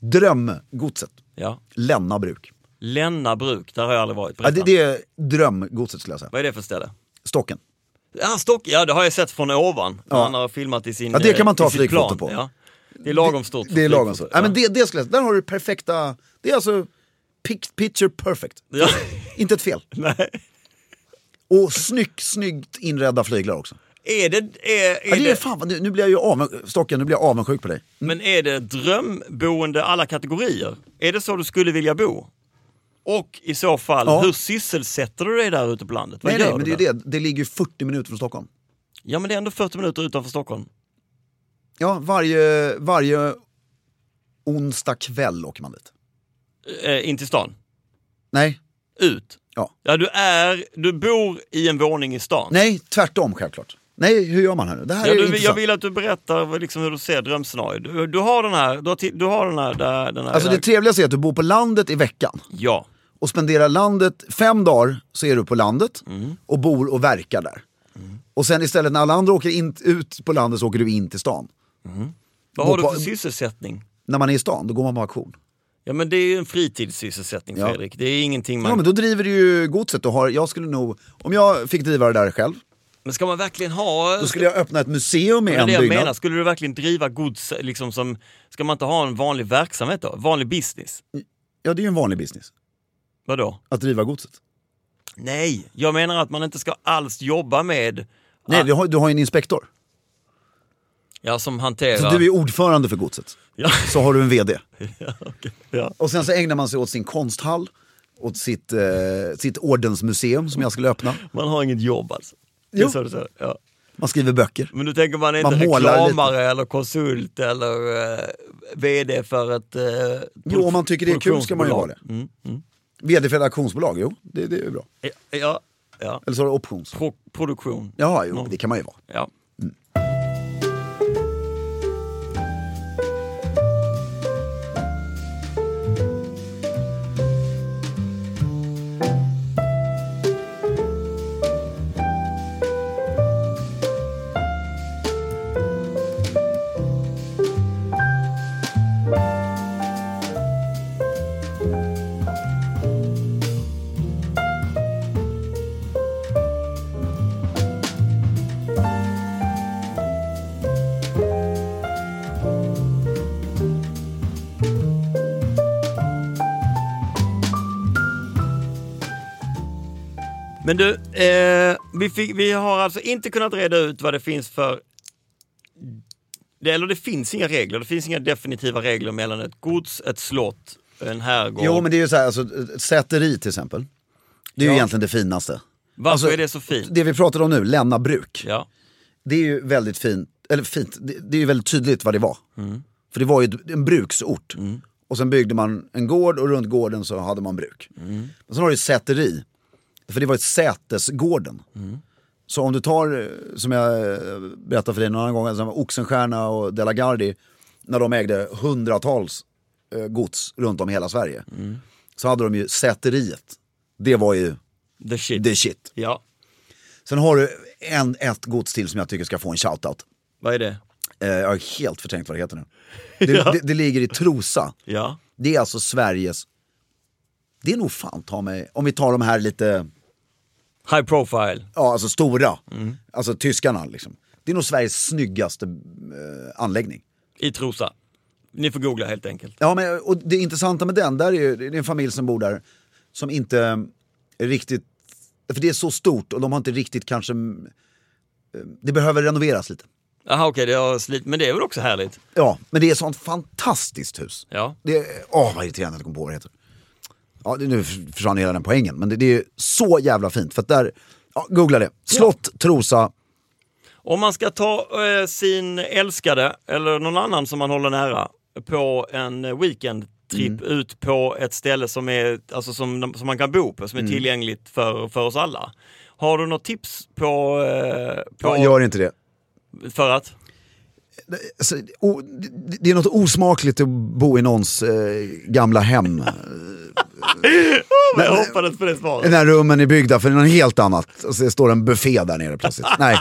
Drömgodset. ja. Länna bruk. Länna bruk, där har jag aldrig varit. Ja, det, det är drömgodset skulle jag säga. Vad är det för ställe? Stocken. Ja, Stock, ja, det har jag sett från ovan. Ja. Han har filmat i sin eh, Ja, det kan man ta i sitt flygfoto plan. på. Ja. Det är lagom stort. för Det är lagom så. flygfoto, Ja. men det, det skulle jag säga. Där har du det perfekta. Det är alltså pic- picture perfect. Ja. Inte ett fel. Nej. Och snyggt, snyggt inredda flyglar också. Är det, är, Ja, är det är det, fan, vad- nu, nu blir jag ju avundsjuk, Stocken, nu blir jag avundsjuk på dig. men är det drömboende alla kategorier? Är det så du skulle vilja bo? Och i så fall, Ja. hur sysselsätter du dig där ute på landet? Vad Nej, gör nej, men det du är där? ju det. Det ligger ju 40 minuter från Stockholm. Ja, men det är ändå 40 minuter utanför Stockholm. Ja, varje, varje onsdag kväll åker man dit. Eh, in till stan. Nej, Ut. Ja. ja, du är, du bor i en våning i stan. nej, tvärtom självklart. Nej, hur gör man här nu? Det här Ja, är du, intressant. jag vill att du berättar vad- liksom hur du ser drömscenariot. Du, du har den här, du har, ti- du har den här, där, den här, Alltså det den här. trevligaste är att du bor på landet i veckan Ja, och spenderar landet, fem dagar så är du på landet och bor och verkar där. Mm. Och sen istället när alla andra åker in, ut på landet så åker du in till stan. vad har Gå du på- för sysselsättning? När man är i stan, då går man på auktion. Ja men det är ju en fritidssysselsättning Ja. Fredrik, det är ingenting man... Ja, men men, då driver du ju godset och har, jag skulle nog, om jag fick driva det där själv, ska man verkligen ha... Då skulle jag öppna ett museum i det är en det jag byggnad. menar, skulle du verkligen driva gods liksom som... Ska man inte ha en vanlig verksamhet då? Vanlig business? Ja, det är ju en vanlig business. Vadå? Att driva godset. Nej, jag menar att man inte ska alls jobba med... Nej, du har, du har ju en inspektor. Ja, som Så hanterar... du är ordförande för godset. Ja. Så har du en VD. ja. Och sen så ägnar man sig åt sin konsthall, åt sitt, eh, sitt ordensmuseum som jag skulle öppna. Man har inget jobb alltså. Det är Jo. så du säger, ja. Man skriver böcker. Men du tänker man är Man inte målar reklamare eller konsult eller eh, vd för ett... Eh, Jo, om man tycker det är kul ska man ju produktionsbolag. Mm, vara det. VD för ett auktionsbolag, jo, det, det är ju bra. Ja, ja, ja. Eller så har du options. Pro produktion. Ja, jo, det kan man ju vara. Ja. Men du, eh, vi, fick, vi har alltså inte kunnat reda ut vad det finns för... Det, eller det finns inga regler, det finns inga definitiva regler mellan ett gods, ett slott, en herrgård. Jo men det är ju så här, alltså, ett säteri till exempel. Det är ju egentligen det finaste. Varför Alltså, är det så fint? Det vi pratade om nu, lämna bruk. Ja. Det är ju väldigt fint, eller fint, det, det är ju väldigt tydligt vad det var. För det var ju ett- en bruksort. Och sen byggde man en gård och runt gården så hade man bruk. Men sen har du ju säteri. För det var ju sätesgården. Så om du tar, eh, som jag eh, berättade för dig någon annan gång, alltså Oxenstierna och De la Gardie, när de ägde hundratals eh, gods runt om i hela Sverige. Så hade de ju säteriet. Det var ju The shit. the shit. Ja, Sen har du en, ett gods till som jag tycker ska få en shoutout. vad är det? Eh, jag har helt förträngt vad det heter nu. Det, det, det ligger i Trosa. Ja. Det är alltså Sveriges, det är nog fan ta mig, om vi tar de här lite, High profile. ja alltså stora, alltså tyskarna liksom. Det är nog Sveriges snyggaste eh, anläggning. I Trosa. Ni får googla helt enkelt. Ja, men, och det intressanta med den, där är ju, det är en familj som bor där som inte mm, riktigt, för det är så stort och de har inte riktigt kanske, mm, eh, det behöver renoveras lite. Jaha okej, det har slit, men det är väl också härligt? Ja, men det är ett sånt fantastiskt hus. Ja. Det, åh, vad irriterande att jag kom på vad det heter. Ja, det- nu försvann hela den poängen, men det, det är så jävla fint. För att där, ja, googla det. Slott, Trosa. Om man ska ta eh, sin älskade eller någon annan som man håller nära på en eh, weekendtrip Mm. ut på ett ställe som, är, alltså som, som man kan bo på, som är Mm. tillgängligt för, för oss alla. Har du något tips på, eh, på Ja, gör inte det. för att? Alltså, o, det. Det är något osmakligt att bo i någons eh, gamla hem. Jag hoppades på det svaret. Den här rummen är byggda för något helt annat. Och så står det en buffé där nere plötsligt. Nej,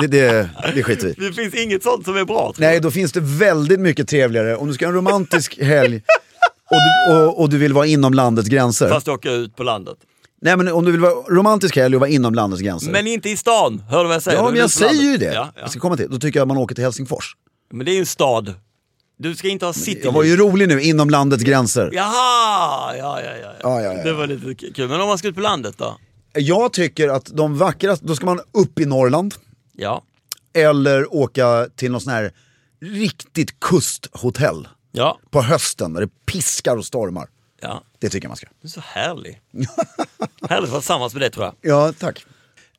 det, det, det skiter vi i. Det finns inget sånt som är bra. tror jag. Nej, då finns det väldigt mycket trevligare. Om du ska ha en romantisk helg och du, och, och du vill vara inom landets gränser. Fast åka ut på landet. Nej men om du vill vara romantisk helg och vara inom landets gränser. Men inte i stan, hör du vad jag säger? ja Då är men du jag på säger landet. ju det. Ja, ja. Jag ska komma till. Då tycker jag man åker till Helsingfors. Men det är ju en stad. Du ska inte ha city. Jag var ju rolig nu, inom landets gränser. Jaha! Ja, ja, ja. Ja, ja, ja. Det var lite k- kul. Men om man ska ut på landet då? Jag tycker att de vackraste, då ska man upp i Norrland. Ja. Eller åka till någon sån här riktigt kusthotell. Ja. På hösten när det piskar och stormar. ja. Det tycker jag man ska. Du är så härlig. härligt att vara tillsammans med dig tror jag. Ja, tack.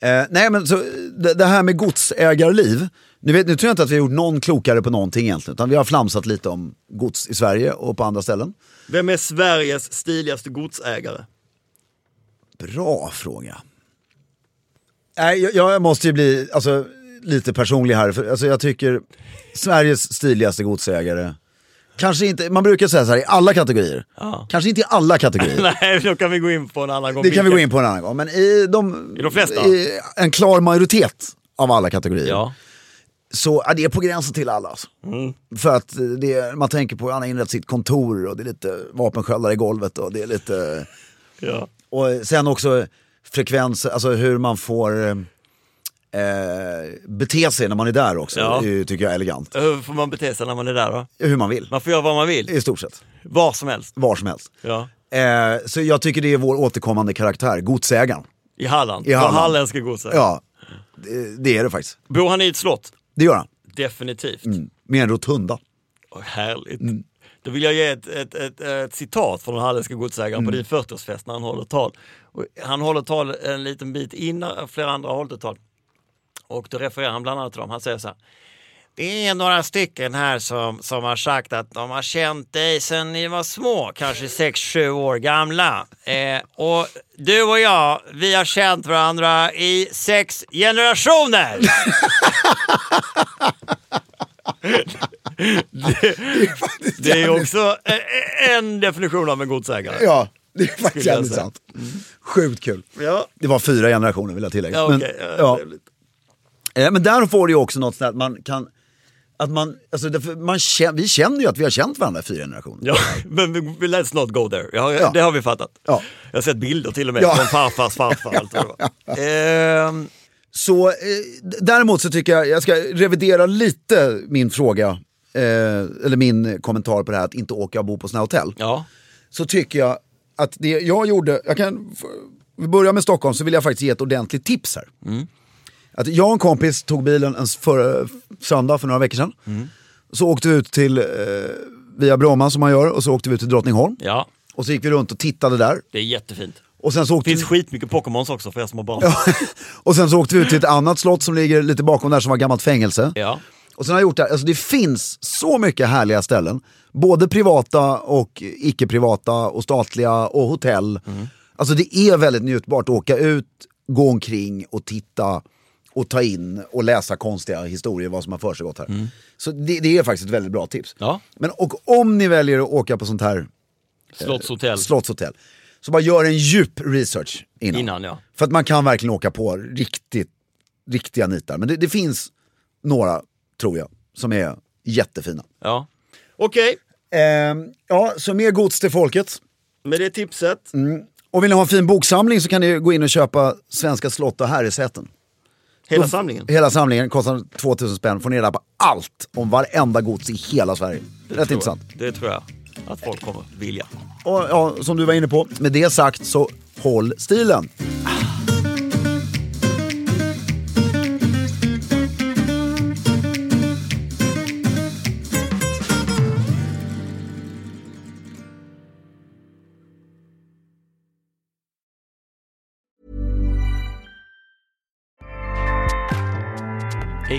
Eh, nej men så, det, det här med godsägarliv. Nu, vet, nu tror jag inte att vi har gjort någon klokare på någonting egentligen. Utan vi har flamsat lite om gods i Sverige och på andra ställen. Vem är Sveriges stiligaste godsägare? Bra fråga. Nej, jag, jag måste ju bli alltså, lite personlig här. För, alltså, jag tycker Sveriges stiligaste godsägare, kanske inte, man brukar säga så här i alla kategorier. Kanske inte i alla kategorier. Nej, då kan vi gå in på en annan gång. det kan vi Vilka- gå in på en annan gång. Men i, de, I de flesta? i en klar majoritet av alla kategorier. Ja. Mm. Så ja, det är på gränsen till alla. Alltså. För att eh, det, är- man tänker på, han har inrett sitt kontor och det är lite vapensköldar i golvet och det är lite... ja. Och sen också frekvens, alltså hur man får eh, eh, bete sig när man är där också. Ja. Det är ju, tycker jag är elegant. Hur får man bete sig när man är där då? Hur man vill. Man får göra vad man vill, I stort sett. var som helst. Var som helst. Ja. Eh, så jag tycker det är vår återkommande karaktär, godsägaren. I Halland. I Halland. De halländska godsägarna. Ja, det, det är det faktiskt. Bor han i ett slott? Det gör han. Definitivt. Med en rotunda. Åh, härligt. Då vill jag ge ett, ett, ett, ett citat från den halländska godsägaren på din 40-årsfest när han håller tal. Och han håller tal en liten bit innan flera andra har hållit ett tal. Och då refererar han bland annat till dem. Han säger så här. Det är några stycken här som, som har sagt att de har känt dig sedan ni var små, kanske 6-7 år gamla. Eh, och du och jag, vi har känt varandra i sex generationer. Det är ju också eh, en definition av en godsägare. Ja, det är faktiskt jag jävligt säga. sant. Sjukt kul. Ja. Det var fyra generationer vill jag tillägga. Ja, okej. Ja, ja. trevligt. Eh, men där får du ju också något sånt här att man kan... Att man, alltså, därför man känner, vi känner ju att vi har känt varandra i fyra generationer. Ja, men vi- vi- let's not go there. Ja, Ja. Det har vi fattat. Ja. Jag har sett bilder till och med Ja. från farfars farfar. Allt vad det var. Ehm, Så eh, d- däremot så tycker jag, jag ska revidera lite min fråga, eh, eller min kommentar på det här att inte åka och bo på såna hotell. ja. Så tycker jag att det jag gjorde, jag kan f- Om vi börjar med Stockholm så vill jag faktiskt ge ett ordentligt tips här. Att jag och en kompis tog bilen en s- förra söndag för några veckor sedan. Så åkte vi ut till, eh, via Bromma som man gör, och så åkte vi ut till Drottningholm. Ja, Och så gick vi runt och tittade där. det är jättefint. Och sen så Det åkte finns vi... skitmycket Pokémons också för er som har barn. Och sen så åkte vi ut till ett annat slott som ligger lite bakom där som var gammalt fängelse. Ja. Och sen har jag gjort det här, alltså det finns så mycket härliga ställen. Både privata och icke-privata och statliga och hotell. Alltså det är väldigt njutbart att åka ut, gå omkring och titta och ta in och läsa konstiga historier vad som har försiggått här. Så det, det är faktiskt ett väldigt bra tips. Ja. Men och om ni väljer att åka på sånt här Slottshotell. slottshotell. Så bara gör en djup research innan. Innan, ja. För att man kan verkligen åka på riktigt, riktiga nitar. Men det, det finns några, tror jag, som är jättefina. Ja. Okej, Ehm, ja, så mer gods till folket. med det tipset. Mm. Och vill ni ha en fin boksamling så kan ni gå in och köpa Svenska slott och herresäten. Hela samlingen. Hela samlingen kostar 2000 spänn. Får ni reda på allt om varenda gods i hela Sverige. Rätt intressant. Det tror jag att folk kommer vilja. Och ja, som du var inne på, med det sagt så håll stilen.